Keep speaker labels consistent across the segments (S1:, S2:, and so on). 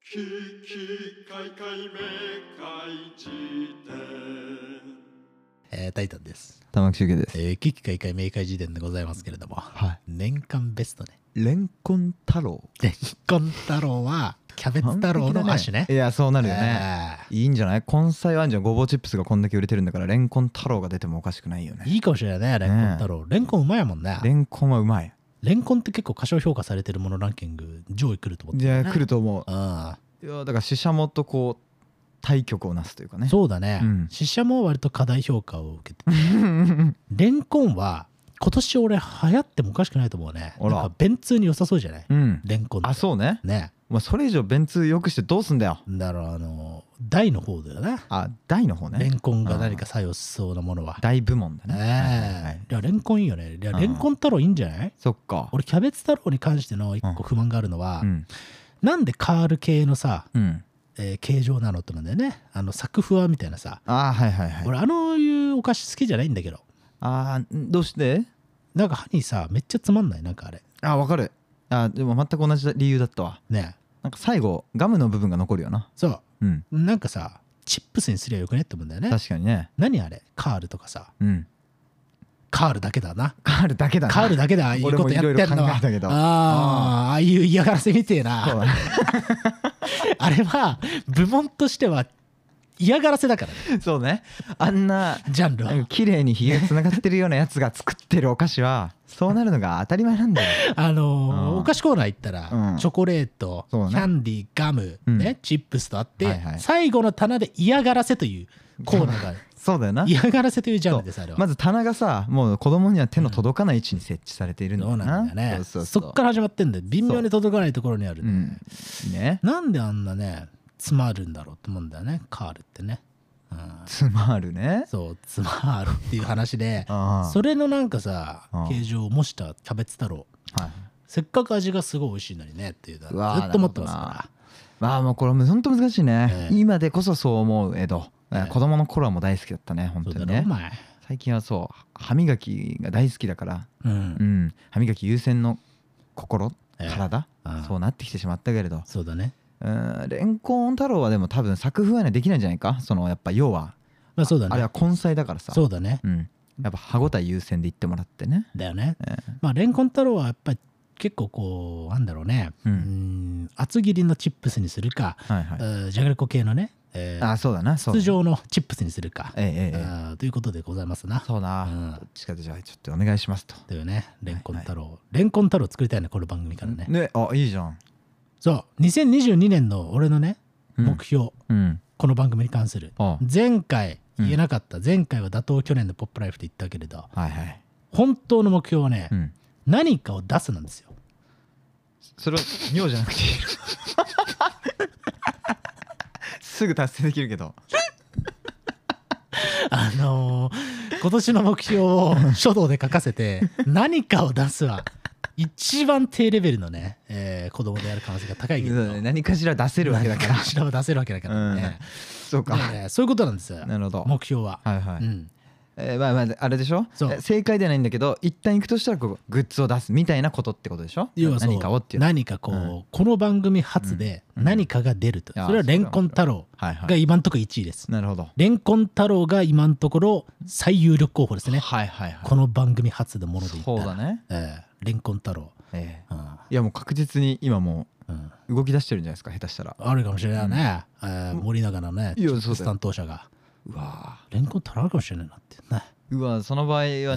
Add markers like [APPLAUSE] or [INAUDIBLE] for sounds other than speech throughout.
S1: ききかいかいめかいじ典えー、タイタンです。
S2: 玉木修介です。
S1: えー、危機開会明快時点でございますけれども、
S2: は
S1: 年間ベストね。
S2: い。レンコン太郎。
S1: レンコン太郎は、キャベツ太郎の足ね。
S2: いや、そうなるよね。
S1: え
S2: いいんじゃない根菜はあんじゃん。ごぼうチップスがこんだけ売れてるんだから、レンコン太郎が出てもおかしくないよ
S1: ー
S2: ね。
S1: いいかもしれないね、レンコン太郎。レンコンうまいもんね。
S2: レンコンはうまい。
S1: レンコンって結構過小評価されてるものランキング、上位来ると思って
S2: い
S1: たね。
S2: や、来ると思
S1: あ
S2: う。いや、だから、ししゃもとこう、対局をなすというかね。
S1: そうだね
S2: うん。
S1: 死者も割と過大評価を受けてて。レンコンは、今年俺流行ってもおかしくないと思うね。
S2: あら
S1: なんか便通に良さそうじゃない
S2: [LAUGHS] うん。
S1: レンコンって
S2: あ、そうね。
S1: ね。
S2: まあ、それ以上、便通良くしてどうすんだよ。
S1: だからあの、台の方だよね。
S2: あ、大の方
S1: レ
S2: ね。
S1: ンコンが何か作用しそうなものは。
S2: 大部門だね。はいはいは
S1: ねえ。
S2: い
S1: いや、レンコンいいよね。いや、
S2: うん
S1: レンコン太郎いいんじゃない
S2: そっか。
S1: 俺、キャベツ太郎に関しての一個不満があるのは
S2: う、ん。
S1: なんでカール系のさ、
S2: うん。
S1: えー形状なのってなんだよね。あの、作風はみたいなさ。
S2: あー、はいはいはい。
S1: 俺、あのいうお菓子好きじゃないんだけど。
S2: あー、んどうして
S1: なんか歯にさ、めっちゃつまんない。なんかあれ。
S2: あ、わかる。あ、でも全く同じだ理由だったわ。
S1: ねえ。
S2: なんか最後ガムの部分が残るよな
S1: そ
S2: うん
S1: う。なんかさ、チップスにすりゃよくねって思うんだよね。
S2: 確かにね
S1: 何あれカールとかさ。
S2: うん
S1: カールだけだな。
S2: カールだけだな
S1: カールだけでああいう
S2: 俺
S1: こ
S2: も
S1: と
S2: い
S1: やって
S2: ろい
S1: ん
S2: ろ考
S1: のは
S2: えたけど
S1: ああああいう嫌がらせみてえ
S2: そう
S1: な
S2: だね
S1: [LAUGHS] あれは部門としては嫌がらせだからね
S2: [LAUGHS] そうねあんな
S1: ジャンル
S2: なん
S1: は
S2: か綺麗にひげがつながってるようなやつが作ってるお菓子はそうなるのが当たり前なんだよ
S1: あの
S2: う
S1: ー
S2: ん
S1: お菓子コーナー行ったら
S2: うん
S1: チョコレートキ
S2: そうね
S1: ャンディーガム
S2: うん
S1: ねチップスとあっ
S2: はい
S1: て
S2: はい
S1: 最後の棚で嫌がらせというコーナーがある
S2: そうだよな
S1: 嫌がらせというジャンルですあれは
S2: まず棚がさもう子供には手の届かない位置に設置されているんだ
S1: そう
S2: よ
S1: なんだよね
S2: そう
S1: そ
S2: そう
S1: っから始まってんだよ微妙に届かないところにある
S2: う
S1: ね
S2: んね
S1: なんであんなね詰まるんだろうって思うんだよねカールってねうん
S2: つまるね、
S1: そう、つまるっていう話で
S2: [LAUGHS] あ
S1: それのなんかさ
S2: う、ん
S1: 形状を模したキャベツ太郎。
S2: あはい
S1: せっかく味がすごい美味しいのにねっていうの
S2: う
S1: は
S2: わー
S1: ずっと思ってますか
S2: まあもうこれも本当難しいね、
S1: ええ
S2: 今でこそそう思う江戸、
S1: ええ
S2: 子供の頃はもう大好きだったね本
S1: ら。そ
S2: 当
S1: うだ
S2: に
S1: ろ、お
S2: ね
S1: 前。
S2: 最近はそう歯磨きが大好きだから、
S1: う。
S2: うんん、歯磨き優先の心、
S1: ええ
S2: 体、
S1: うん
S2: そうなってきてしまったけれど
S1: そうだね。
S2: うんレンコン太郎はでも多分作風はねできないんじゃないかそのやっぱ要は
S1: まあそうだ
S2: あれ
S1: ね
S2: は。根菜だからさ
S1: そうだね。
S2: うん、やっぱ歯応え優先で言ってもらってね
S1: だよね
S2: え。
S1: まあ、レンコン太郎はやっぱり結構こう、なんだろうね。
S2: う
S1: うんん、厚切りのチップスにするか、
S2: はいはい、
S1: うんじゃがりこ系のね、えー
S2: あそうだなそう
S1: 筒状のチップスにするか、
S2: ええええええ
S1: あーということでございますな。
S2: そう
S1: う
S2: だ、
S1: ん
S2: どっちかでじゃあちょっとお願いしますと
S1: というね、レンコン太郎。レンコン太郎作りたいね、この番組からね。
S2: ねあいいじゃん、
S1: そう2022年の俺のね
S2: うん
S1: 目標、
S2: うん
S1: この番組に関する
S2: あ
S1: 前回言えなかった、前回は打倒去年の「ポップライフ」って言ったけれど
S2: はいはい、
S1: 本当の目標はね、
S2: うん、
S1: 何かを出すなんですよ
S2: それは妙じゃなくていい [LAUGHS] すぐ達成できるけど
S1: あのー今年の目標を書道で書かせて何かを出すは一番低レベルのね、えー子供でやる可能性が高いけど
S2: 何かしら出せるわけだから
S1: 何かしらを出せるわけだからね,、
S2: そうか
S1: だからねそういうことなんですよ
S2: なるほど
S1: 目標は、
S2: はいはい、
S1: うん
S2: えーまあまああれでしょ
S1: そう
S2: え正解ではないんだけど一旦行くとしたらこうグッズを出すみたいなことってことでしょ
S1: 要はそう
S2: 何かをっていう
S1: 何かこう、
S2: うん
S1: この番組初で
S2: うん
S1: 何かが出ると、
S2: いや
S1: それはレンコン太郎
S2: はいは
S1: が
S2: い
S1: 今のところ1位です、
S2: なるほど、
S1: レンコン太郎が今のところ最有力候補ですね、
S2: はいはいはい
S1: この番組初のものでいった
S2: そう
S1: ら
S2: だね、
S1: ええレンコン太郎、
S2: え
S1: うん
S2: ーいやもう確実に今も
S1: うん
S2: う動き出してるんじゃないですか下手したら
S1: あるかもしれないね、ええ森永のね
S2: いやそうだよ
S1: ス担当者が
S2: うわ
S1: レンコン太郎あるかもしれないなってね
S2: ーうわーその場合はね、や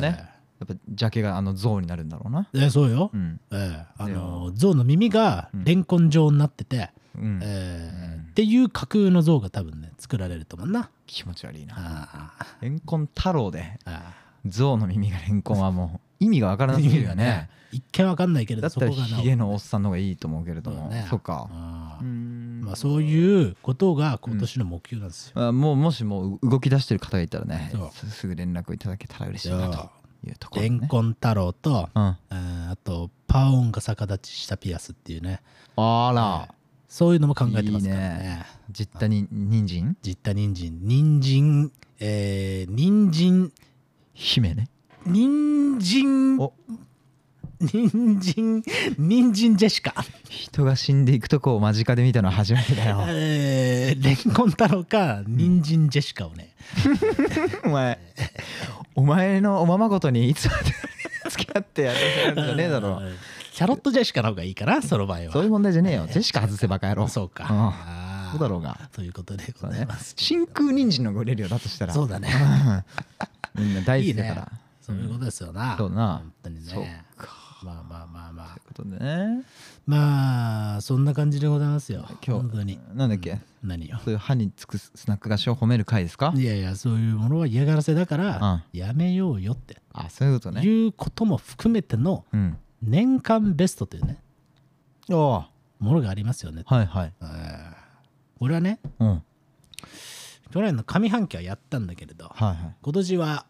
S1: え
S2: っぱジャケがあの像になるんだろうな
S1: えええそうよ、
S2: うん
S1: ええあの象の耳がレンコン状になってて、
S2: うん、
S1: ええ
S2: うん
S1: っていう架空の像が多分ね作られると思うな
S2: 気持ち悪いな
S1: ああ
S2: レンコン太郎で
S1: あ
S2: 象の耳がレンコンはもう意味がわからなす
S1: [LAUGHS]
S2: ぎるよね。
S1: 一見わかんないけれ
S2: だ
S1: ど、
S2: っ
S1: そ
S2: た
S1: こ
S2: ら
S1: がな
S2: ヒゲのおっさんの方がいいと思うけれども、
S1: だよね
S2: そうか。
S1: あ
S2: うー
S1: ー
S2: ん
S1: まあ、そういうことが今年の目標なんですよ。
S2: あもうもしもう動き出してる方がいたらね
S1: そう
S2: すすぐ連絡をいただけたら嬉しいなというところ
S1: レ
S2: でね、
S1: ンコン太郎と、
S2: うん、あ
S1: えーあと、パオンが逆立ちしたピアスっていうね、
S2: ら、
S1: そういうのも考えてますからね。
S2: いいね実家に人参
S1: 実った人参、人参、えー、人参、
S2: 姫ね
S1: 人参
S2: お、
S1: 人参人参ジェシカ
S2: 人が死んでいくとこを間近で見たのは初めてだよ
S1: えーレンコン太郎か人参ジェシカをね、
S2: お前お前のおままごとにいつまで付き合ってやるやつじゃねえだろ
S1: うんキャロットジェシカの方がいいかなその場合は
S2: そういう問題じゃねえよジェシカ外せバカ野郎
S1: そうか、
S2: うん
S1: あー
S2: そうだろうが
S1: ということで
S2: そ
S1: ご
S2: う
S1: ざ
S2: ね
S1: います、
S2: 真空人参の方が売れるよだとしたら
S1: そうだね
S2: うんみんな大好きだか
S1: いい
S2: ら
S1: ねそういうことですよな、
S2: そうだな
S1: 本当に
S2: そう
S1: ねまあまあまあまあ
S2: ということでね
S1: まあそんな感じでございますよ
S2: 今
S1: 本当に
S2: 日なんだっけ
S1: 何よ
S2: そういう歯につくスナック菓子を褒める回ですか
S1: いやいやそういうものは嫌がらせだから、やめようよって
S2: あそういうことね
S1: いうことも含めての
S2: うん
S1: 年間ベストというね
S2: ああ
S1: ものがありますよね、
S2: はいはい
S1: うん俺はね
S2: うんはい
S1: 去年の上半期はやったんだけれど
S2: はい
S1: 今年は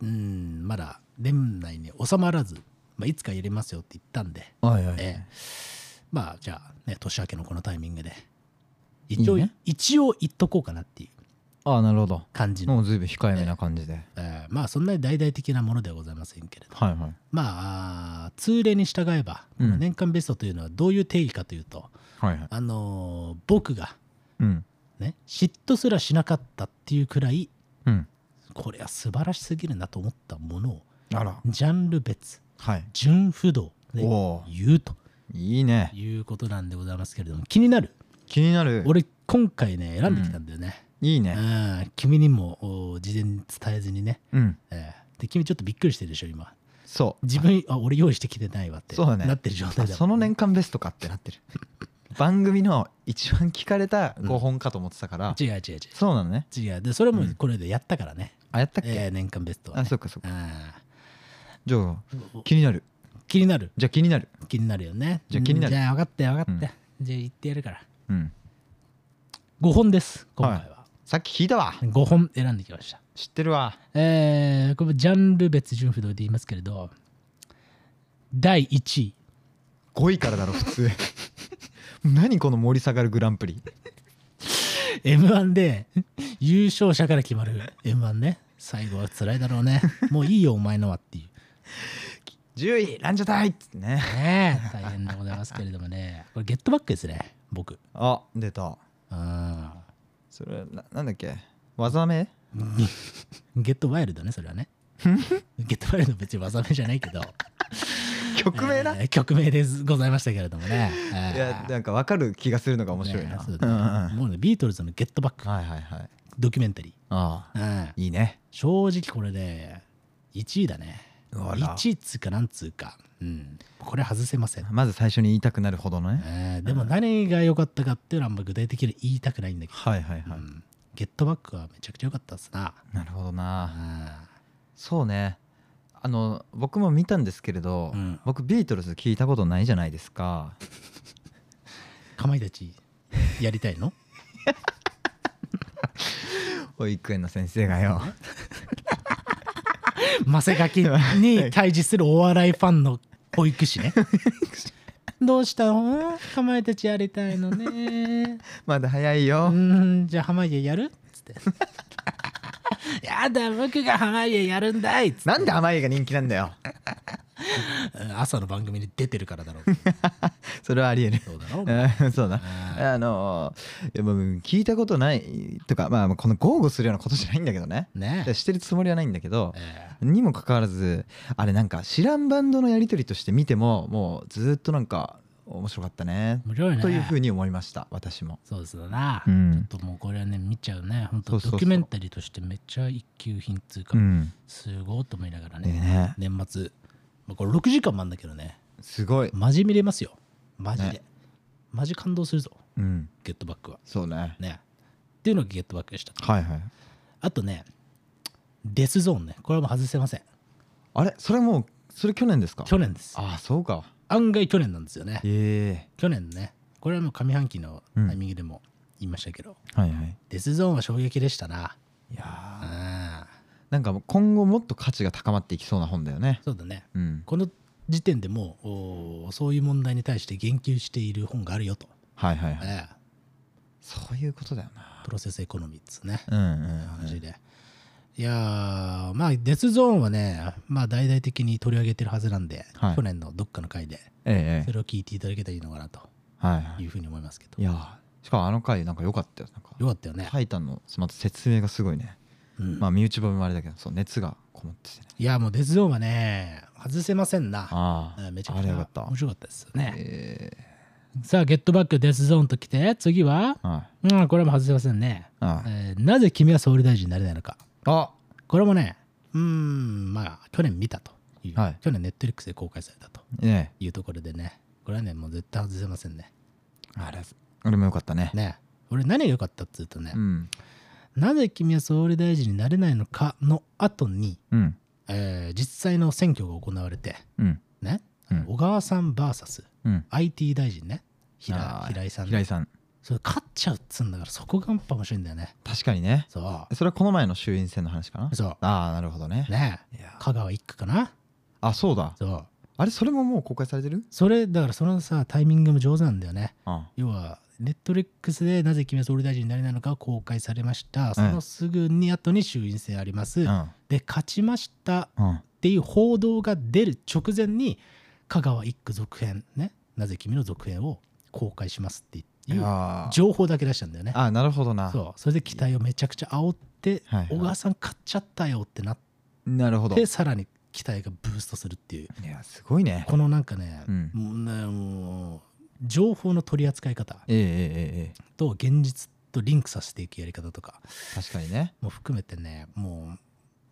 S1: うんまだ年内に収まらず、まあ、いつか入れますよって言ったんで、
S2: はいはい
S1: ええまあじゃあね年明けのこのタイミングで一応
S2: いいね
S1: 一応言っとこうかなっていう
S2: ああなるほど
S1: 感じの、
S2: もうずいぶん控えめな感じではい
S1: ええまあそんなに大々的なものではございませんけれど
S2: はい
S1: まああー通例に従えば、
S2: うん
S1: 年間ベストというのはどういう定義かというと
S2: はいはい
S1: あのー僕が
S2: うん
S1: ね嫉妬すらしなかったっていうくらい
S2: うん
S1: これは素晴らしすぎるなと思ったものを
S2: あら
S1: ジャンル別
S2: はい
S1: 純不動で
S2: おー
S1: 言うと
S2: いいね
S1: いうことなんでございますけれども気になる
S2: 気になる
S1: 俺今回ね選んできたんだよね、
S2: いいうね
S1: ん、君にもお事前に伝えずにね、
S2: うん
S1: えーで君ちょっとびっくりしてるでしょ今
S2: そう
S1: 自分あ俺用意してきてないわって
S2: そうだね
S1: なってる状態だもんね
S2: その年間ベストかってなっ
S1: [LAUGHS]
S2: てる番組の一番聞かれた5本かと思ってたから、
S1: 違う違う違う
S2: そうなのね
S1: 違うでそれも
S2: うん
S1: これでやったからね、
S2: あやったっけ、
S1: えー年間ベストは、ね、
S2: あそっかそっか
S1: あ
S2: じゃあ
S1: ー
S2: 気になる
S1: 気になる
S2: じゃあ気になる
S1: 気になるよね
S2: じゃあ気になる
S1: うんじゃあ分かったよ分かったよ、じゃあ言ってやるから
S2: うん
S1: 5本です今回は、
S2: さっき聞いたわ
S1: 5本選んできました
S2: 知ってるわ
S1: えー、これもジャンル別順不動で言いますけれど第1位
S2: 5位からだろ普通 [LAUGHS] 何この盛り下がるグランプリ
S1: m 1で優勝者から決まる m 1ね最後は辛いだろうねもういいよお前のはっていう
S2: 10位ランジャタイっつってね
S1: ねえ大変でございますけれどもねこれゲットバックですね僕
S2: あ出た
S1: うん
S2: それななんだっけ技名
S1: ゲットワイルドねそれはねゲットワイルド別に技名じゃないけど
S2: 曲名だ、
S1: えー曲名でございましたけれどもねえー
S2: いやなんか分かる気がするのが面白い
S1: ね
S2: な、
S1: そう
S2: うんうん
S1: だねもうねビートルズのゲットバック
S2: はいはいはい
S1: ドキュメンタリ
S2: ああ
S1: ー、うん
S2: いいね
S1: 正直これね1位だね
S2: あら
S1: 1位っつうかなんつうか、うん、これ外せません
S2: まず最初に言いたくなるほどのね
S1: えーでも何が良かったかっていうのはあんま具体的に言いたくないんだけど、
S2: はいはいはい、
S1: うんゲットバックはめちゃくちゃ良かったっすな、
S2: なるほど
S1: う
S2: なんそうねあの僕も見たんですけれど、
S1: うん
S2: 僕ビートルズ聞いたことないじゃないで
S1: [LAUGHS]
S2: すか
S1: かまいたちやりたい
S2: [LAUGHS]
S1: の
S2: 保育園の先生がよ
S1: マセガキに対峙するお笑いファンの保育士ね [LAUGHS] どうしたのかまいたちやりたいの
S2: [LAUGHS]
S1: ね
S2: [LAUGHS] まだ早いうよ、
S1: ーんじゃあ濱家やるつって [LAUGHS] やだ僕が濱家やるんだいつって
S2: なんで濱家が人気なん
S1: [LAUGHS]
S2: だよ
S1: うん朝の番組に出てるからだろう
S2: それはありえる
S1: そうだろう
S2: うんそうだあのいやもう聞いたことないとかまあこの豪語するようなことじゃないんだけどね
S1: ねえ
S2: してるつもりはないんだけど
S1: え
S2: にもかかわらずあれなんか知らんバンドのやり取りとして見てももうずっとなんか面白かったね
S1: え面白いね
S2: というふうに思いました私も。
S1: そうですよな、
S2: うん
S1: ちょっともうこれはね見ちゃうね本当
S2: そうそうそう
S1: ドキュメンタリーとしてめっちゃ一級品っつうか、
S2: うん、
S1: すごいと思いながら
S2: で
S1: ね
S2: ね
S1: 年末、まあ、これ6時間もあんだけどね
S2: すごい、
S1: マジ見れますよマジで、
S2: ね
S1: マジ感動するぞ
S2: うん、
S1: ゲットバックは
S2: そうね
S1: ねっていうのがゲットバックでした
S2: はいはい
S1: あとねデスゾーンねこれはもう外せません
S2: あれそれもうそれ去年ですか
S1: 去年です
S2: ああそうか
S1: 案外去年なんですよね
S2: え
S1: 去年ねこれはもう上半期のタイミングでも言いましたけど、
S2: えはいはい
S1: デスゾーンは衝撃でしたない
S2: やー
S1: あ
S2: なんかもう今後もっと価値が高まっていきそうな本だよね
S1: そうだね
S2: うん
S1: この時点でもうおーそういう問題に対して言及している本があるよと、
S2: はいはいはい
S1: ええ
S2: そういうことだよな
S1: プロセスエコノミーですね、
S2: うんうんうん
S1: 話で、いやーまあデスゾーンはねまあ大々的に取り上げてるはずなんで、
S2: はい
S1: 去年のどっかの回で
S2: え
S1: そ
S2: ええ
S1: れを聞いていただけたらいいのかなと
S2: えはい
S1: いうふうに思いますけど
S2: いやーしかもあの回なんか良かったよなんか
S1: よかったよね、
S2: タイタンのまた説明がすごいね
S1: うん
S2: まあ身内もあれだけどそう熱がこもっててね
S1: いやもうデスゾーンはね外せませんな
S2: あ
S1: うんめちゃ
S2: あ
S1: く
S2: あ
S1: ち
S2: れよか
S1: ゃ
S2: った
S1: 面白かったですよね
S2: ええ
S1: さあゲットバックデスゾーンときて次は
S2: はい
S1: うんこれも外せませんね、
S2: はい
S1: えーなぜ君は総理大臣になれないのか
S2: あ
S1: これもねうーんまあ去年見たという、
S2: はい
S1: 去年ネットリックスで公開されたと
S2: ね
S1: いうところでねこれはねもう絶対外せませんね
S2: えあれあれも良かったね
S1: ね俺何が良かったっていうとね、
S2: うん
S1: なぜ君は総理大臣になれないのかの後に、
S2: うん
S1: えー実際の選挙が行われて
S2: うん
S1: ね、
S2: うん
S1: 小川さん VSIT
S2: うん
S1: 大臣ね
S2: あ
S1: 平
S2: ー
S1: 平井さん
S2: 平井さん
S1: それ勝っちゃうっつうんだからそこがやっぱ面白いんだよね
S2: 確かにね
S1: そ
S2: それはこの前の衆院選の話かな
S1: うそ
S2: ああなるほどね
S1: うね
S2: いや
S1: 香川一区かな
S2: あそうだ
S1: そう
S2: あれそれももう公開されてる
S1: それだからそのさタイミングも上手なんだよね
S2: あ
S1: 要はネットレックスでなぜ君は総理大臣になれないのかが公開されましたそのすぐに後に衆院選あります、
S2: あ
S1: で勝ちました
S2: うんうん
S1: っていう報道が出る直前に香川一区続編ねなぜ君の続編を公開しますって
S2: い
S1: いう
S2: やー
S1: 情報だけ出したんだよね
S2: あなるほどな
S1: そうそれで期待をめちゃくちゃ煽って
S2: はいはい
S1: 小川さん勝っちゃったよってなっ
S2: なるほど
S1: てさらに期待がブーストするっていう
S2: いやすごいね
S1: このなんかね、
S2: うん
S1: もうねもう情報の取り扱い方
S2: ええええええ
S1: と現実とリンクさせていくやり方とか
S2: 確かにね
S1: も含めてねもう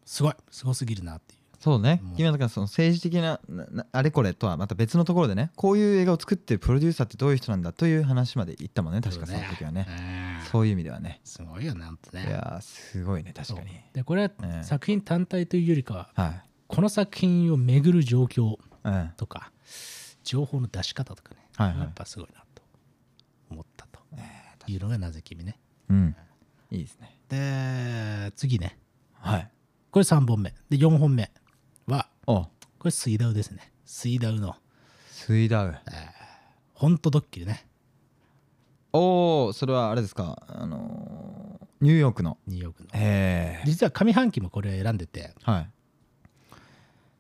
S1: すごいすごすぎるなっていう
S2: そうね
S1: うん
S2: 今だからその政治的なななあれこれとはまた別のところでねこういう映画を作ってるプロデューサーってどういう人なんだという話まで言ったもんね確かその時はね
S1: ねうん
S2: そういう意味ではね
S1: すごいよなんて
S2: い
S1: ね
S2: やーすごいね確かに
S1: そうでこれは
S2: うん
S1: 作品単体というよりかは
S2: はい
S1: この作品を巡る状況
S2: うんはい
S1: とか情報の出し方とかね、や
S2: は
S1: っぱすごいなと思ったと
S2: いええ
S1: いうのがなぜ君ね
S2: うんいいですね
S1: で次ね
S2: はい
S1: これ3本目で4本目は
S2: お
S1: これ水ダウですね水ダウの
S2: スイダウ
S1: ほんとドッキリね
S2: おおそれはあれですかあのーニューヨークの
S1: ニューヨークの
S2: ええ
S1: 実は上半期もこれ選んでて
S2: はい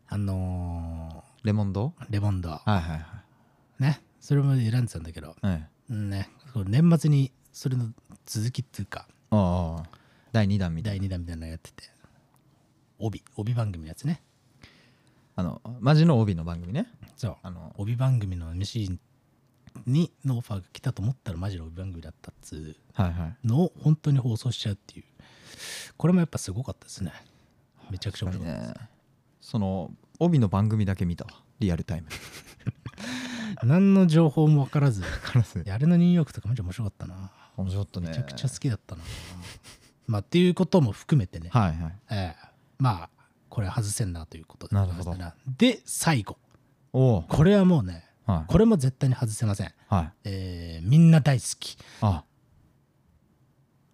S1: あの
S2: レモンド
S1: ーレモンド
S2: はいはい
S1: ねそれも選んでたんだけど
S2: はいはい
S1: うんねこれ年末にそれの続きっていうか
S2: おお第2弾みたい
S1: 第
S2: な
S1: 2弾みたいなのやってて帯帯番組のやつね
S2: あのマジの帯の番組ね
S1: そう
S2: あの
S1: 帯番組の MC にのオファーが来たと思ったらマジの帯番組だったっつう
S2: はいはい
S1: のを本当に放送しちゃうっていうこれもやっぱすごかったですねめちゃくちゃ面白かったです
S2: ねその帯の番組だけ見たわリアル [LAUGHS] タイム
S1: 何の情報も分からず
S2: カラス
S1: いやあれのニューヨークとかめっちゃ面白かったな
S2: 面白かったね
S1: めちゃくちゃ好きだったな、まあっていうことも含めてね、
S2: はいはい
S1: ええまあこれは外せんなということで
S2: なるほど
S1: で最後
S2: おお
S1: これはもうね
S2: はい
S1: これも絶対に外せません、
S2: はい
S1: えーみんな大好き
S2: あ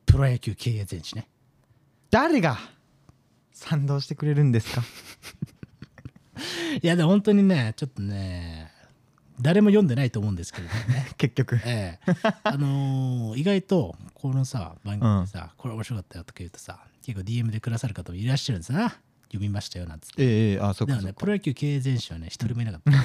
S1: プロ野球経営全史ね
S2: 誰が賛同してくれるんですか [LAUGHS]
S1: いやでも本当にねちょっとね誰も読んでないと思うんですけれども
S2: [LAUGHS]
S1: ね
S2: 結局
S1: ええあのー意外とこのさ番組でさ、これ面白かったよとか言うとさ結構 DM でくださる方もいらっしゃるんですな読みましたよなんつって
S2: ええあそっ
S1: で
S2: か
S1: も
S2: そっ
S1: ね、
S2: か
S1: プロ野球経営全史はね、一人もいなかったか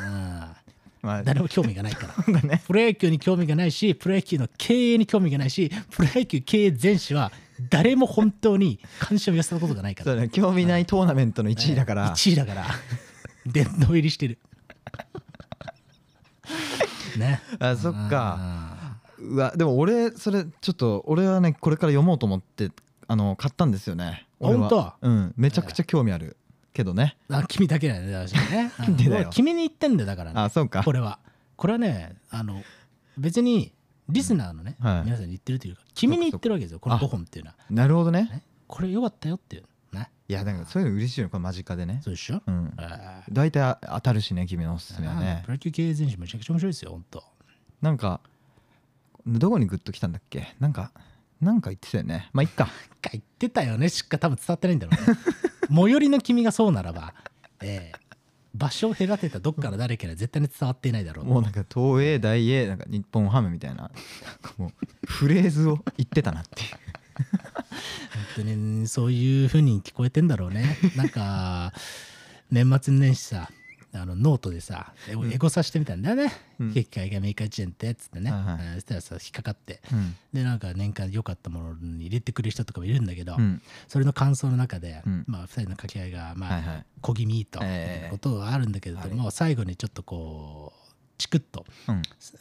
S1: ら
S2: [LAUGHS]
S1: な。
S2: ま
S1: う
S2: あ
S1: ん誰も興味がない
S2: [LAUGHS]
S1: から。
S2: なんかね
S1: プロ野球に興味がないし、プロ野球の経営に興味がないし、プロ野球経営全史は誰も本当に関心を寄せたことがないか
S2: そ
S1: ら。
S2: うね興味ないトーナメントの1位だから
S1: 1位だから。殿堂入りして
S2: [LAUGHS]
S1: る。ね。
S2: あそっか
S1: か。
S2: うわでも俺それちょっと俺はねこれから読もうと思ってあの買ったんですよね俺は
S1: 本
S2: うんめちゃくちゃ興味あるけどね
S1: あ君だけだよね、確かにね。
S2: ん [LAUGHS] でだよ
S1: うんもう君に言ってんだよ、だからね。
S2: あそうか
S1: これはこれはねあの別にリスナーのね、
S2: はい
S1: 皆さんに言ってるというか君に言ってるわけですよこの
S2: あ
S1: 5本っていうのは、
S2: なるほどね
S1: ね、これ良かったよっていうね
S2: いやなんかそういうの嬉しいよねこの間近でね
S1: そうでしょ、
S2: うん
S1: あー
S2: 大体当たるしね君のおすすめはね
S1: プロ野球経営全史めちゃくちゃ面白いですよ本当
S2: なんかどこにグッときたんだっけなんかなんか言ってたよねまあいっ [LAUGHS] か
S1: か言ってたよねしか多分伝わってないんだろうね
S2: [LAUGHS]
S1: 最寄りの君がそうならば、ええ場所を隔てたどっから誰かには絶対に伝わっていないだろう
S2: もうなんか東映大映なんか日本ハムみたいななんかもうフレーズを言ってたなっていう
S1: 当にそういう風に聞こえてんだろうねなんか年末年始さあのノートでさエゴ,、
S2: うん
S1: さしてみたんだよね「
S2: うん
S1: 景気海外メーカーチェーンって」っつってね、
S2: はいはい
S1: うんそしたらさ引っかかって
S2: うん
S1: でなんか年間良かったものに入れてくれる人とかもいるんだけど、
S2: うん
S1: それの感想の中で、
S2: うん
S1: まあ、2人の掛け合いが、まあ
S2: はいはい
S1: 小気味と
S2: ええ
S1: ことはあるんだけれども、最後にちょっとこうチクッと、
S2: う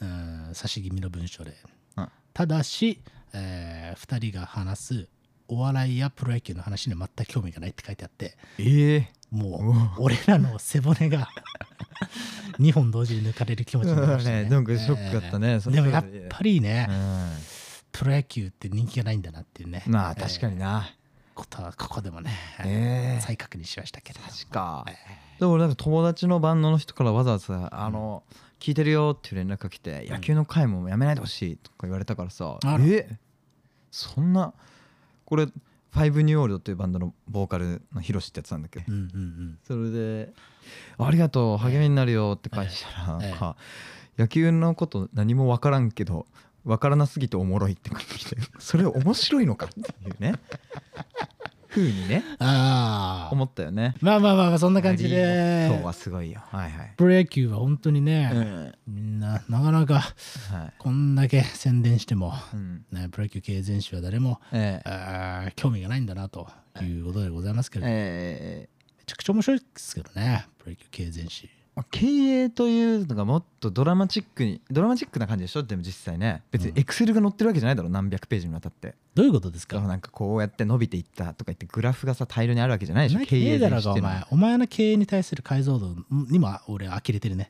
S2: ん
S1: うん、差し気味の文章で
S2: あ
S1: ただし、え2人が話すお笑いやプロ野球の話には全く興味がないって書いてあって
S2: ええ
S1: も
S2: お
S1: う俺らの背骨
S2: [LAUGHS]
S1: が2本同時に抜かれる気持ちになりましたね
S2: [LAUGHS] そうだねなんかショックだった
S1: え
S2: ね
S1: え
S2: それ
S1: でもやっぱりね、
S2: う
S1: プロ野球って人気がないんだなっていうね
S2: んまあ確かに
S1: え
S2: [LAUGHS] な
S1: えことはここでもね、
S2: ええ
S1: 再確認しましたけど
S2: 確か
S1: ええ
S2: でも俺なんか友達のバンドの人からわざわざ「あの聞いてるよ」っていう連絡が来て
S1: ん
S2: 「野球の回もやめないでほしい」とか言われたからさ
S1: あら
S2: えそんなこれファイブニューオールドっていうバンドのボーカルのヒロシってやつなんだけど
S1: うんうんうん
S2: それで「ありがとう励みになるよ」って返したら
S1: ええ
S2: なんか「野球のこと何も分からんけど分からなすぎておもろい」って返ってきて「それ面白いのか」って
S1: [LAUGHS]
S2: いうねふうにね
S1: ああ
S2: 思ったよね。
S1: まあまあまあまあそんな感じ
S2: 今
S1: で
S2: 日はすごいよ。はいはい。
S1: プロ野球は本当に
S2: う
S1: ね、
S2: ん
S1: みんななかなか
S2: はい。
S1: こんだけ宣伝しても、
S2: うん。
S1: ね、プロ野球経営選手は誰も、
S2: ええ
S1: あー興味がないんだなということでございますけれど、
S2: ええ
S1: めちゃくちゃ面白いですけどねプロ野球経営選手
S2: まあ経営というのがもっとドラマチックにドラマチックな感じでしょでも実際ね別に
S1: うん
S2: エクセルが載ってるわけじゃないだろ何百ページにわたって
S1: どういうことです
S2: だか
S1: から
S2: なんかこうやって伸びていったとか言ってグラフがさ大量にあるわけじゃないでしょ
S1: な
S2: 経
S1: 経営
S2: 営
S1: だ
S2: 者
S1: ろ
S2: と
S1: うがお
S2: しての
S1: 前お前の経営に対する解像度にも俺は呆れてる
S2: [LAUGHS]
S1: ね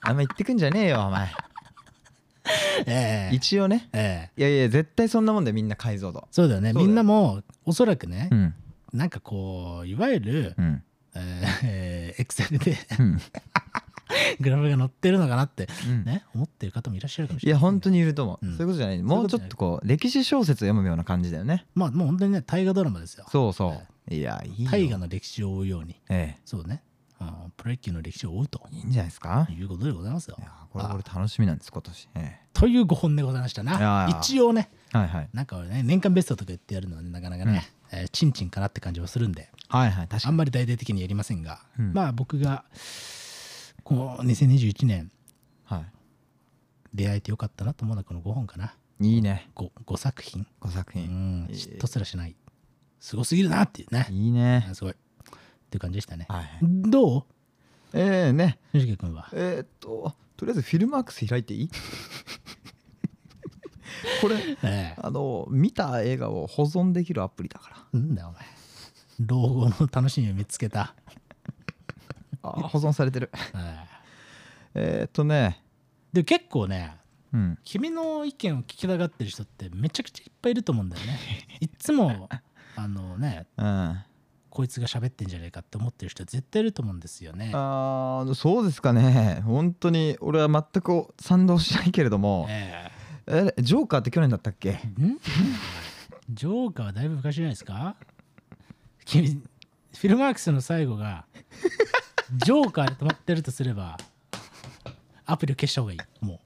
S2: あんま言ってくんじゃねえよお [LAUGHS] 前
S1: ええ
S2: 一応ね
S1: ええ
S2: いやいや絶対そんなもんでみんな解像度
S1: そうだよね
S2: そうだよ
S1: みんなもおそらくね
S2: う、ん
S1: なんかこういわゆる、
S2: うん
S1: えー、エクセルで [LAUGHS]
S2: うん
S1: グラフが載ってるのかなって
S2: [LAUGHS] うん
S1: ね思ってる方もいらっしゃるかもし
S2: い
S1: れない
S2: や本当
S1: に
S2: にいると思う
S1: うん
S2: そういうことじゃない
S1: そういう
S2: も
S1: こ
S2: う
S1: とじ
S2: ち
S1: ゃ
S2: ょ
S1: ない
S2: っとこう歴史小説読むような感じだよね
S1: まあもう本当にね大河ドラマですよ
S2: そうそういやいいよ
S1: 大河の歴史を追うように
S2: え
S1: そうねあのプロ野球の歴史を追うと
S2: えいいんじゃないですか
S1: いうことでございますよ
S2: いやこれこれ楽しみなんです今年、え
S1: というご本音でございました
S2: いや
S1: ない
S2: や
S1: 一応ね
S2: えはいはい
S1: なんか俺ね年間ベストとか言ってやるのはねなかなかね、えーチンチンかなって感じはするんで
S2: はいはい確か
S1: あ
S2: に
S1: んまり大々的にやりませんが、
S2: うん
S1: まあ僕がこう2021年
S2: は
S1: 出会えてよかったなと思うのはこの5本かない
S2: いいね
S1: 5, 5作品
S2: 5作
S1: うん
S2: 品、ええ
S1: 嫉妬すらしないすごすぎるなっていうね
S2: いいね
S1: あすごい。っていう感じでしたね。
S2: はいはい
S1: ど
S2: ええね
S1: う吉木君は。
S2: えーっととりあえずフィルマークス開いてい [LAUGHS] いこれ
S1: ええ
S2: あの見た映画を保存できるアプリだか
S1: なんだよお前。老後の楽しみを見つけた。
S2: らあー保存されてる
S1: ええ
S2: えーっとね
S1: で結構ね
S2: うん
S1: 君の意見を聞きたがってる人ってめちゃくちゃいっぱいいると思うんだよ [LAUGHS] ね。いっつもあのね
S2: うんあ
S1: こいつが喋ってんじゃねえかって思ってる人絶対いると思うんですよね。
S2: ーそうですかね本当に俺は全く賛同しないけれども
S1: え
S2: えジョーカーって去年だったっけ
S1: えんジョーカーはだいぶ昔じゃないですか君フィルマークスの最後がジョーカーで止まってるとすればアプリを消した方がいいも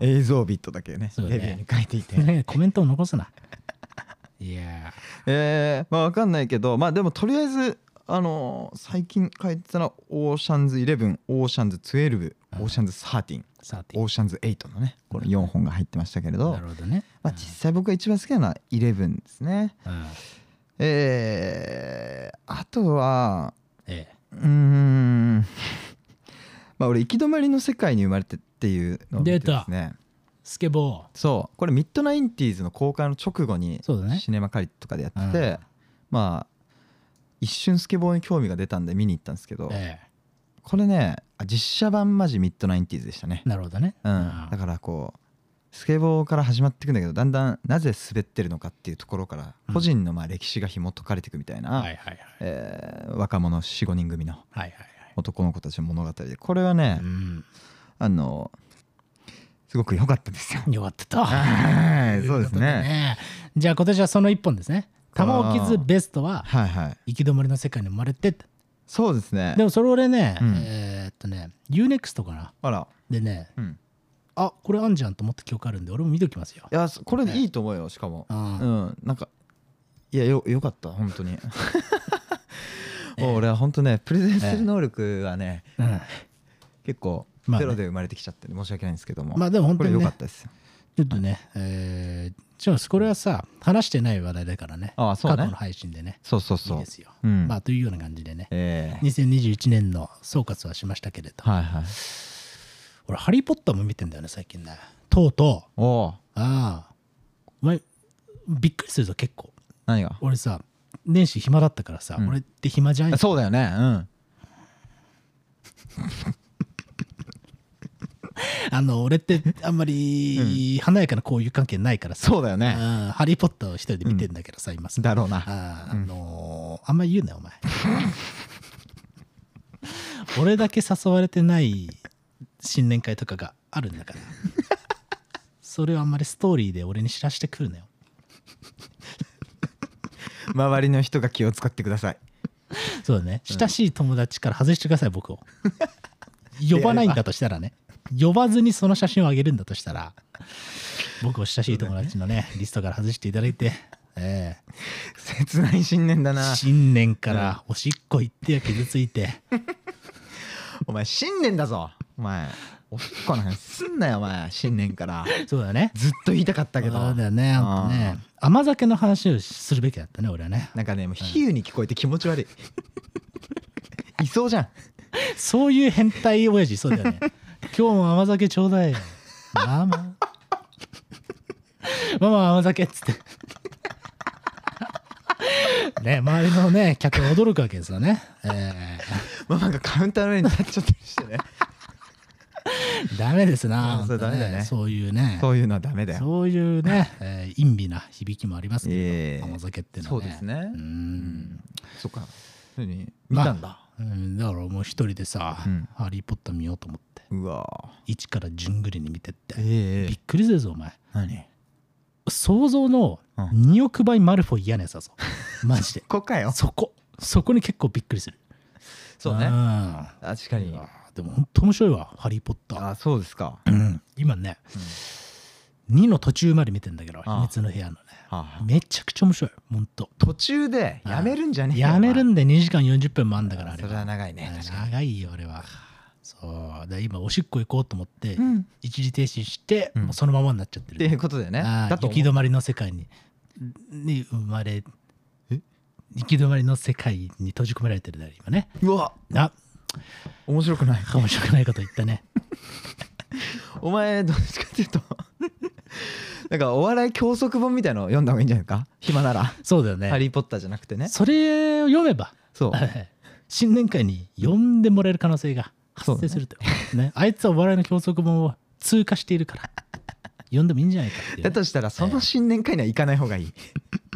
S1: う。
S2: 映像ビットだけね
S1: そうね
S2: レビューに書いていて
S1: ねコメントを残すな。いや
S2: [LAUGHS] えー、まあわかんないけどまあでもとりあえずあのー最近書いてたのはオーシャンズ11オーシャンズ12オーシャンズ13
S1: ー、さて
S2: オ。ーシャンズ8のねこの4本が入ってましたけれど、
S1: なるほどね。
S2: まあ、実際僕が一番好きなのは11ですね
S1: うん
S2: えー、あとは
S1: ええ
S2: うーん [LAUGHS] まあ俺行き止まりの世界に生まれてっていうのを見てですね
S1: スケボー。
S2: そうこれミッドナインティーズの公開の直後に
S1: そうだね。
S2: シネマカリとかでやってて、
S1: うん
S2: まあ一瞬スケボーに興味が出たんで見に行ったんですけど、
S1: え
S2: これねあ実写版マジミッドナインティーズでしたね
S1: え、なるほどね。
S2: うん
S1: あー
S2: だからこうスケボーから始まっていくんだけどだんだんなぜ滑ってるのかっていうところから
S1: うん
S2: 個人のまあ歴史が紐解かれていくみたいな、
S1: はいはいはい。
S2: えー若者45人組の
S1: はいはい
S2: 男の子たちの物語でこれはね
S1: はい。、うん。
S2: あのすごく良かったで
S1: [LAUGHS]
S2: すよ。
S1: よかったと。
S2: はい
S1: とい
S2: そ
S1: こ
S2: うう
S1: と
S2: ですね。
S1: じゃあ今年はその一本ですね。玉置きずベストは
S2: はいはい
S1: 行き止まりの世界に生まれてって。
S2: そうですね
S1: で。もそれ俺ね、
S2: うん
S1: えーっとね、UNEXT かな。
S2: あら、
S1: でね、
S2: うん、
S1: あこれあんじゃんと思った記憶あるんで俺も見ときますよ
S2: いやそこれいいと思うよしかも
S1: うん
S2: うんなんかいやよよかった
S1: [LAUGHS]
S2: 本当に
S1: ええ
S2: もう俺は本当ねプレゼンする能力はね
S1: うん
S2: 結構
S1: まあね
S2: ゼロで生まれてきちゃって申し訳ないんですけども
S1: まあでも本
S2: こ
S1: 当
S2: れ
S1: に
S2: 良か
S1: ね
S2: ったですよ
S1: ちょっとねえーちょっとこれはさ話してない話題だからね
S2: ああそうね
S1: 過去の配信でね
S2: そうそう
S1: いい
S2: そう
S1: ですよ
S2: うん
S1: まあというような感じでね
S2: ええ
S1: 2021年の総括はしましたけれど
S2: はいはい
S1: 俺ハリー・ポッターも見てんだよね最近ねとうとう
S2: おお
S1: ああお前びっくりするぞ結構
S2: 何が
S1: 俺さ年始暇だったからさ、
S2: うん
S1: 俺って暇じゃんよ
S2: そうだよねうん
S1: [LAUGHS] あの俺ってあんまり華やかな交友関係ないからさ、
S2: そうだよ
S1: う
S2: ね
S1: んハリー・ポッターを一人で見てんだけどさ、今さ
S2: だろうな
S1: あーあのーあんま言うなよお前俺だけ誘われてない新年会とかがあるんだ
S2: [LAUGHS]
S1: からそれをあんまりストーリーで俺に知らしてくるなよ
S2: 周りの人が気を使ってください
S1: そうだね親しい友達から外してください [LAUGHS] 僕を呼ばないんだとしたらね呼ばずにその写真をあげるんだとした [LAUGHS] ら僕を親しい友達のねリストから外していただいて、ええ
S2: 切ない新年だな
S1: 新年からおしっこ行っては傷ついて
S2: お前新年だぞお前おしっこの話すんなよお前新年から
S1: そうだ [LAUGHS] ね
S2: ずっと言いたかったけど
S1: そうだよねほんとね甘酒の話をするべきだったね俺はね
S2: なんかねもう比喩に聞こえて気持ち悪いいそうじゃん
S1: そういう変態親父そうだ
S2: [LAUGHS]
S1: よね今日も甘酒ちょうだいよママママ甘酒っつってね周りのね客が驚くわけですよね、え
S2: ママがカウンターの上に立っちゃったりしてね
S1: ー、ダメですな
S2: そ
S1: 本当
S2: うダメだね
S1: そういうね
S2: そういうのはダメだよ
S1: そういうね、えー、陰微な響きもありますけ
S2: ええ
S1: ど甘酒っていうの
S2: そ
S1: は
S2: う
S1: ね
S2: ですね
S1: う
S2: うんんそっかそういうふうに見たんだ
S1: うんだからもう一人でさ「
S2: うん
S1: ハリー・ポッター」見ようと思って
S2: うわ
S1: 一から順繰りに見てって、
S2: え
S1: びっくりするぞお前
S2: 何
S1: 想像の2億倍マルフォイ嫌なやつだ
S2: [LAUGHS]
S1: ぞ、マジで
S2: こっかよ
S1: そこそこに結構びっくりする
S2: そうね
S1: ん
S2: 確か
S1: い
S2: に
S1: やでも本当面白いわ「ハリー・ポッター
S2: あそうですかは」
S1: うん今ね、2の途中まで見てんだけど「
S2: あ
S1: 秘密の部屋」のね
S2: あ
S1: めちゃくちゃ面白い本当
S2: 途中でやめるんじゃねえよ
S1: やめる
S2: ん
S1: んで2時間40分もあんだからあれ
S2: それ
S1: は
S2: は長いね
S1: うん
S2: 確かに
S1: 長いよ俺はそうで今おしっこ行こうと思って
S2: うん
S1: 一時停止して、
S2: うん
S1: もうそのままになっちゃってる
S2: っていうことだよね
S1: ああ
S2: だ
S1: 行
S2: と思
S1: き
S2: う
S1: 止まりの世界にに生まれ
S2: え
S1: 行き止まりの世界に閉じ込められてるだろ今ね
S2: うわ
S1: あ
S2: 面白くない
S1: 面白くないこと言った
S2: [LAUGHS]
S1: ね
S2: お前どっちかっていうと [LAUGHS] なんかお笑い教則本みたいのを読んだ方がいいんじゃないか暇なら
S1: そうだよ
S2: 「
S1: ね
S2: ハリー・ポッター」じゃなくてね
S1: それを読めば
S2: そう
S1: 新年会に呼んでもらえる可能性が発生するとねあいつはお笑いの教則本を通過しているから呼んでもいいんじゃないかっていうね、
S2: だとしたらその新年会には行かない方がいい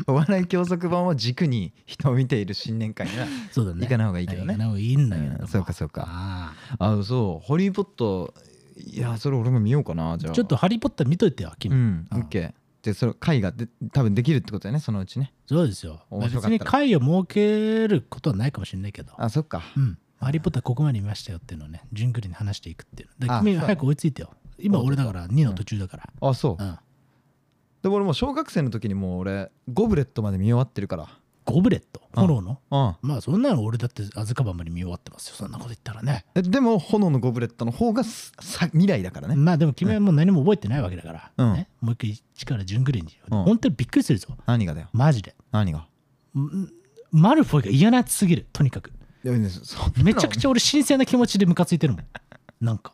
S2: お笑い教則本を軸に人を見ている新年会には
S1: そうだね
S2: 行かない方がいいけどね
S1: 行かない方がいいんだけど、
S2: うんそうかそうか
S1: ああ
S2: あそう「ハリー・ポッター」いやそれ俺も見ようかなじゃあ
S1: ちょっと「ハリー・ポッター」見といてよ君、
S2: うん
S1: あ
S2: OK でその会がで多分できるってことだよねそのうちね
S1: そうですよ、まあ
S2: 面白
S1: 別
S2: かったら
S1: に会を設けることはないかもしれないけど
S2: あそっか
S1: うん。ハリー・ポッターここまで見ましたよっていうのをね、じゅんくりに話していくっていうの。だから
S2: あ
S1: 君
S2: そう
S1: 早く追いついてよ。今俺だから2の途中だから。
S2: あそう
S1: うん。
S2: で俺もう小学生の時にもう俺ゴブレットまで見終わってるから
S1: ゴブレット、炎の。
S2: うん
S1: まあそんなの俺だってアズカバンまで見終わってますよ。そんなこと言ったらね。
S2: えでも炎のゴブレットの方がすさ未来だからね
S1: まあでも君はもう何も覚えてないわけだから。
S2: うん
S1: ね、もう一回一からじゅんくりに。
S2: うん
S1: 本当にびっくりするぞ。
S2: 何がだよ
S1: マジで。
S2: 何が
S1: んマルフォイが嫌なやつすぎる。とにかく。
S2: いやそ
S1: めちゃくち
S2: ゃ
S1: ゃ俺新鮮な気持ちでムカついてるもん。なんか。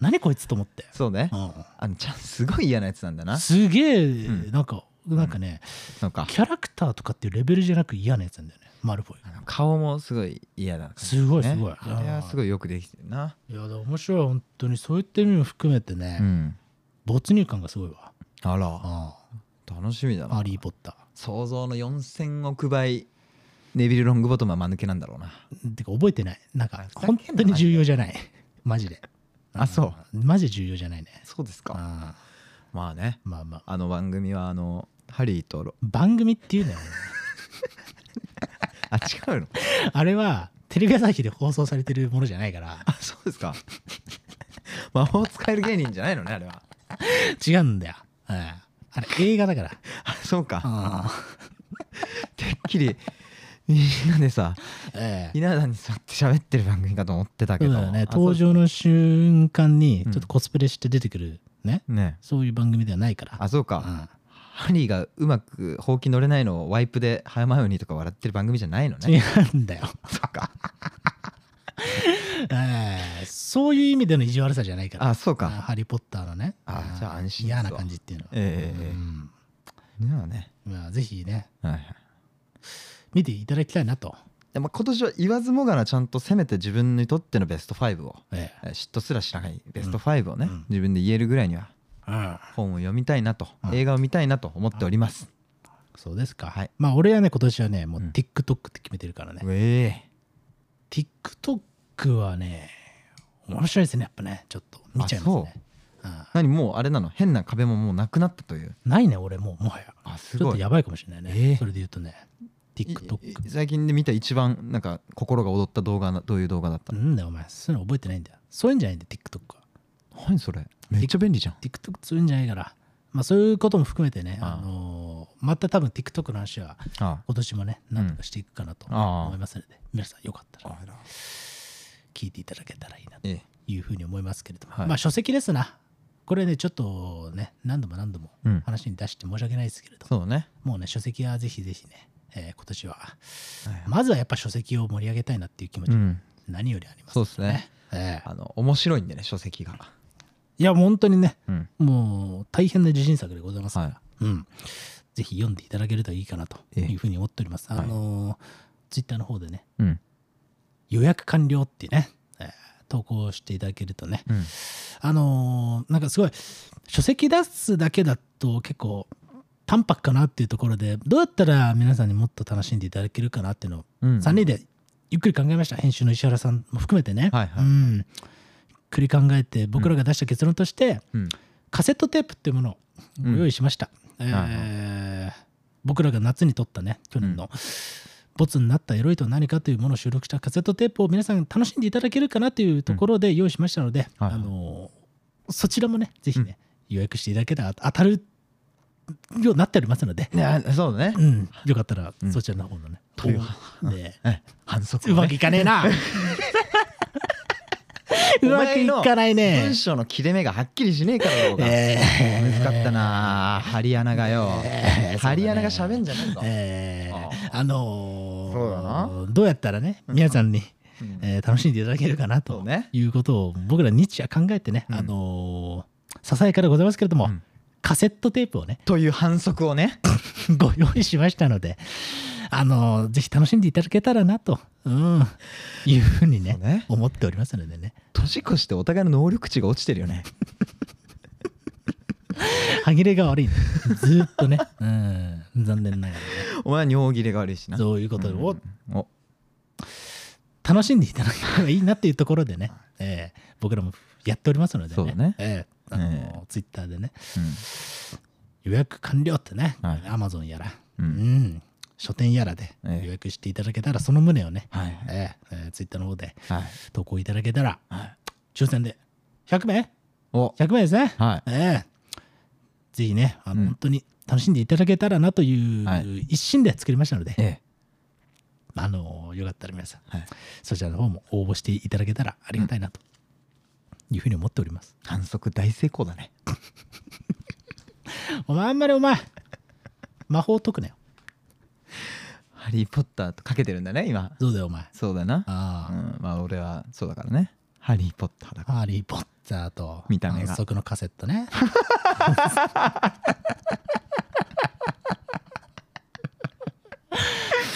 S1: 何こいつと思って。
S2: そうね
S1: う。
S2: あのちゃんすごい嫌なやつなんだなん
S1: すげえ、
S2: ん
S1: なんか、なんかね、
S2: のか
S1: キャラクターとかっていうレベルじゃなく嫌なやつなんだよねマルフォイ
S2: あの顔もすごい嫌だ、ね、
S1: すごいすごい
S2: あれはすごいよくできてるない
S1: やでも面白い本当にそういった意味も含めてね、
S2: うん
S1: 没入感がすごいわ
S2: あら
S1: あ
S2: 楽しみだ
S1: あ
S2: な
S1: ハリー・ポッタ
S2: 想像の4000億倍ネビル・ロングボトムは間抜けなんだろうな
S1: ーてか覚えてないなんか
S2: あふざけ
S1: 本
S2: んな
S1: 当に重要じゃないマジで
S2: あそ
S1: う
S2: う
S1: んマジで重要じゃないね
S2: そうですか
S1: ああ
S2: まあね
S1: まあまあ
S2: あの番組はあのハリーとロ
S1: 番組って [LAUGHS] いうのよ
S2: あ違うの [LAUGHS]
S1: あれはテレビ朝日で放送されてるものじゃないから
S2: あそうですか魔法使える芸人じゃないのねあれは
S1: 違うんだよ、うん、あれ映画だから
S2: あそうか
S1: あ
S2: てっきりみんなでさ
S1: ええ
S2: 稲田に座って喋ってる番組かと思ってたけ
S1: そう
S2: ど
S1: だよ
S2: あ
S1: ね
S2: そう
S1: 登場の瞬間にち
S2: う
S1: ょ
S2: ん
S1: っとコスプレして出てくるね、
S2: ね
S1: そういう番組ではないから
S2: あそうか、ハリーがうまくほうき乗れないのをワイプでハーマイオニーとか笑ってる番組じゃないの
S1: うん、違
S2: ね
S1: うんだよ、
S2: そっか
S1: [LAUGHS] ええそういう意味での意地悪さじゃないから
S2: あそう
S1: あ
S2: か
S1: ハリー・ポッターのね
S2: あ
S1: うん
S2: じゃあ安心ですわ
S1: 嫌な感じっていうのは、
S2: ええええええねはね
S1: うんまあ、ぜひね
S2: はいはい
S1: 見ていただきたいなと、
S2: でも今年は言わずもがなちゃんとせめて自分にとってのベスト5を
S1: え
S2: えー嫉妬すら知らないベスト5をね、
S1: うん
S2: 自分で言えるぐらいには
S1: えうん、
S2: 本を読みたいなと、
S1: うん
S2: 映画を見たいなと思っております、
S1: そうですか、
S2: はい
S1: まあ俺はね今年はねもううん TikTok って決めてるからね、
S2: うえ
S1: TikTok はね面白いですねやっぱねちょっと見ちゃいますねうん
S2: 何もうあれなの変な壁ももうなくなったという
S1: ないね俺もうもはや
S2: あす
S1: ちょっ
S2: ご
S1: と
S2: い
S1: やばいかもしれないね、
S2: ええ
S1: それで言うとね
S2: い
S1: TikTok
S2: い最近で見た一番なんか心が躍った動画などういう動画だった
S1: なんだよお前そういうの覚えてないんだよそういうんじゃないんだよ TikTok は
S2: 何それめっちゃ便利じゃん
S1: TikTok そういうんじゃないからまあそういうことも含めてね、
S2: ああ
S1: あのーまた多分 TikTok の話は
S2: あ
S1: 今年もねなんとかしていくかなと
S2: うんああ
S1: 思いますので、皆さんよかったら
S2: あ
S1: 聞いていただけたらいいなと
S2: ええ
S1: いうふうに思いますけれども、
S2: はい
S1: まあ書籍ですなこれねちょっとね何度も何度も
S2: うん
S1: 話に出して申し訳ないですけれども、
S2: そうね
S1: もうね書籍はぜひぜひね、えー今年はまずはやっぱ書籍を盛り上げたいなっていう気持ち
S2: う
S1: が
S2: ん
S1: 何よりあります、
S2: そうですね
S1: ええ
S2: あの面白いんでね書籍が
S1: いやもう本当にね
S2: うん
S1: もう大変な自信作でございますから、
S2: は
S1: うん、ぜひ読んでいただけるといいかなと
S2: ええ
S1: いうふうに思っております、あのツイッター Twitter の方でね
S2: うん
S1: 予約完了っていうね、えー投稿していただけるとね
S2: うん
S1: あのーなんかすごい書籍出すだけだと結構淡白かなっていうところでどうやったら皆さんにもっと楽しんでいただけるかなっていうのを
S2: うん
S1: 3人でゆっくり考えました編集の石原さんも含めてね、
S2: はいはい
S1: うん、ゆっくり考えて僕らが出した結論として、
S2: うん
S1: カセットテープっていうものをご用意しました、えー
S2: はい
S1: 僕らが夏に撮ったね去年の、ボツになったエロいとは何かというものを収録したカセットテープを皆さん楽しんでいただけるかなというところで用意しましたので、
S2: うんはい
S1: あのーそちらもねぜひね、予約していただけたら当たるようになっておりますので、
S2: ねあそうだね
S1: うん、よかったら
S2: うん
S1: そちらの方のね、
S2: という
S1: で
S2: [LAUGHS] え反則
S1: う
S2: をね
S1: まくいかねえ
S2: [LAUGHS]
S1: なうまくいかないね
S2: 文章の切れ目がはっきりしねえからだろうが
S1: ええ
S2: 難かったなあ針穴がよ
S1: えー
S2: 針穴が喋んじゃねえぞ
S1: え
S2: あ
S1: ー、あのー
S2: そうだな
S1: どうやったらね皆さんに、
S2: うん
S1: えー楽しんでいただけるかな
S2: そ
S1: と
S2: うね
S1: いうことを僕ら日夜考えてね、
S2: うん
S1: あのーささやかでございますけれども、
S2: うん
S1: カセットテープをね [LAUGHS]
S2: という反則をね
S1: ご用意しましたので、あのーぜひ楽しんでいただけたらなと、うん、いうふうにね
S2: そうね
S1: 思っておりますのでね
S2: 年越してお互いの能力値が落ちてる
S1: [LAUGHS]
S2: よね
S1: 歯切れが悪いねずーっとね、うん、残念ながらね
S2: お前は尿切れが悪いしな
S1: そういうことを、
S2: うんお
S1: 楽しんでいただければいいなっていうところでね、えー僕らもやっておりますのでね
S2: そうだね
S1: えーあの
S2: え
S1: ツイッターでね
S2: うん
S1: 予約完了ってね、
S2: はい
S1: アマゾンやら、
S2: う
S1: うんん書店やらで
S2: ええ
S1: 予約していただけたらその旨をね、
S2: はい
S1: えーえーツイッターの方で
S2: はい
S1: 投稿いただけたら、抽選で100名
S2: お
S1: ?100 名ですね、
S2: はい
S1: えーぜひねあの、
S2: うん
S1: 本当に楽しんでいただけたらなとい
S2: は
S1: う一心で作りましたので、
S2: ええ
S1: あのよかったら皆さん
S2: はい
S1: そちらの方も応募していただけたらありがたいなというふうに思っております。
S2: 反則大成功だね
S1: お前あんまりお前、魔法解くなよ。
S2: ハリー・ポッターとかけてるんだね今
S1: どうだよお前。
S2: そうだなう
S1: あ
S2: んまあ俺はそうだからねハリー・ポッターだ
S1: あ、
S2: か
S1: ハリー・ポッターと
S2: 見た目が
S1: 反則のカセット
S2: [LAUGHS]
S1: ね。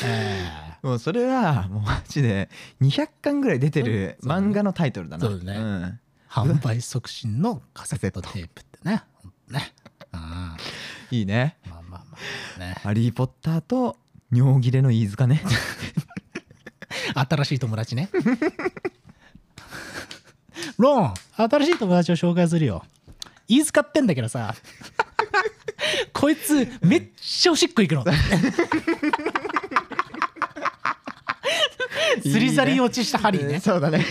S1: え
S2: らもうそれはもうマジで200巻ぐらい出てる
S1: そうだね
S2: 漫画のタイトルだな
S1: そうだね
S2: ん
S1: ー販売促進のカセットテープってね。ね。あ
S2: いいね
S1: あ、まあまあまあ、ね。
S2: ハリー・ポッターと尿切れの飯塚ね
S1: 新しい友達ね。ロン、新しい友達を紹介するよ。飯塚ってんだけどさ、こいつめっちゃおしっこ行くの。すりざり落ちした針
S2: [LAUGHS] いい
S1: ね。
S2: そうだね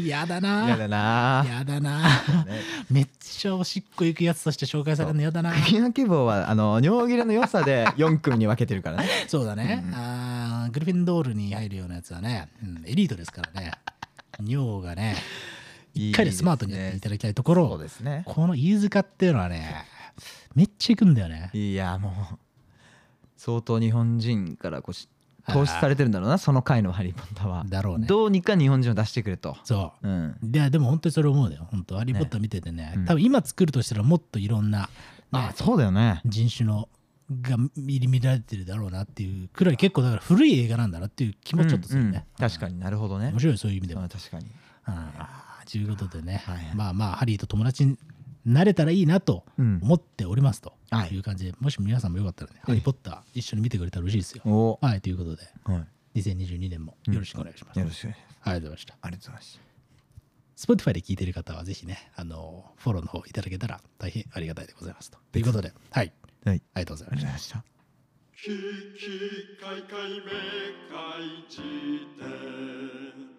S1: やだな
S2: 嫌だな
S1: やだな
S2: ね
S1: めっちゃおしっこ行くやつとして紹介されるのやだな
S2: 首の毛棒はあの尿切れの良さ [LAUGHS] で4組に分けてるからね
S1: そうだね、あーグリフィンドールに入るようなやつはね、うんエリートですからね尿がね一回でスマートにやっていただきたいところ
S2: そうですね
S1: この飯塚っていうのはねめっちゃ行くんだよね
S2: いやもう相当日本人からこうし投資されてるんだろうなその回の「ハリー・ポッターは」
S1: だろうね
S2: どうにか日本人を出してくれと、
S1: そう
S2: うん、
S1: いやでも本当にそれ思うだよ本当ハリー・ポッター見ててね
S2: うん
S1: 多分今作るとしたらもっといろんな、ね
S2: あそうだよね
S1: 人種のが入り乱れてるだろうなっていうくらい結構だから古い映画なんだなっていう気もちょっとするね、
S2: うんうん確かになるほどね
S1: 面白いそういう意味でも、
S2: うん確かに
S1: あーということでね、
S2: はいはい
S1: まあまあハリーと友達になれたらいいなと
S2: うん
S1: 思っておりますと
S2: はい
S1: いう感じで、もし皆さんもよかったらね「ハリー・ポッター」一緒に見てくれたら嬉しいですよ。
S2: お
S1: はいということで
S2: は
S1: 2022年もよろしくお願いします。
S2: いよろしくお願いします
S1: ありがとうございました。
S2: ありがとうございました
S1: Spotify で聞いてる方はぜひねあのフォローの方いただけたら大変ありがたいでございますとということではい
S2: はい
S1: ありがとうござい
S2: ありがとう
S1: ました。
S2: ございました
S3: 危機開会明快辞典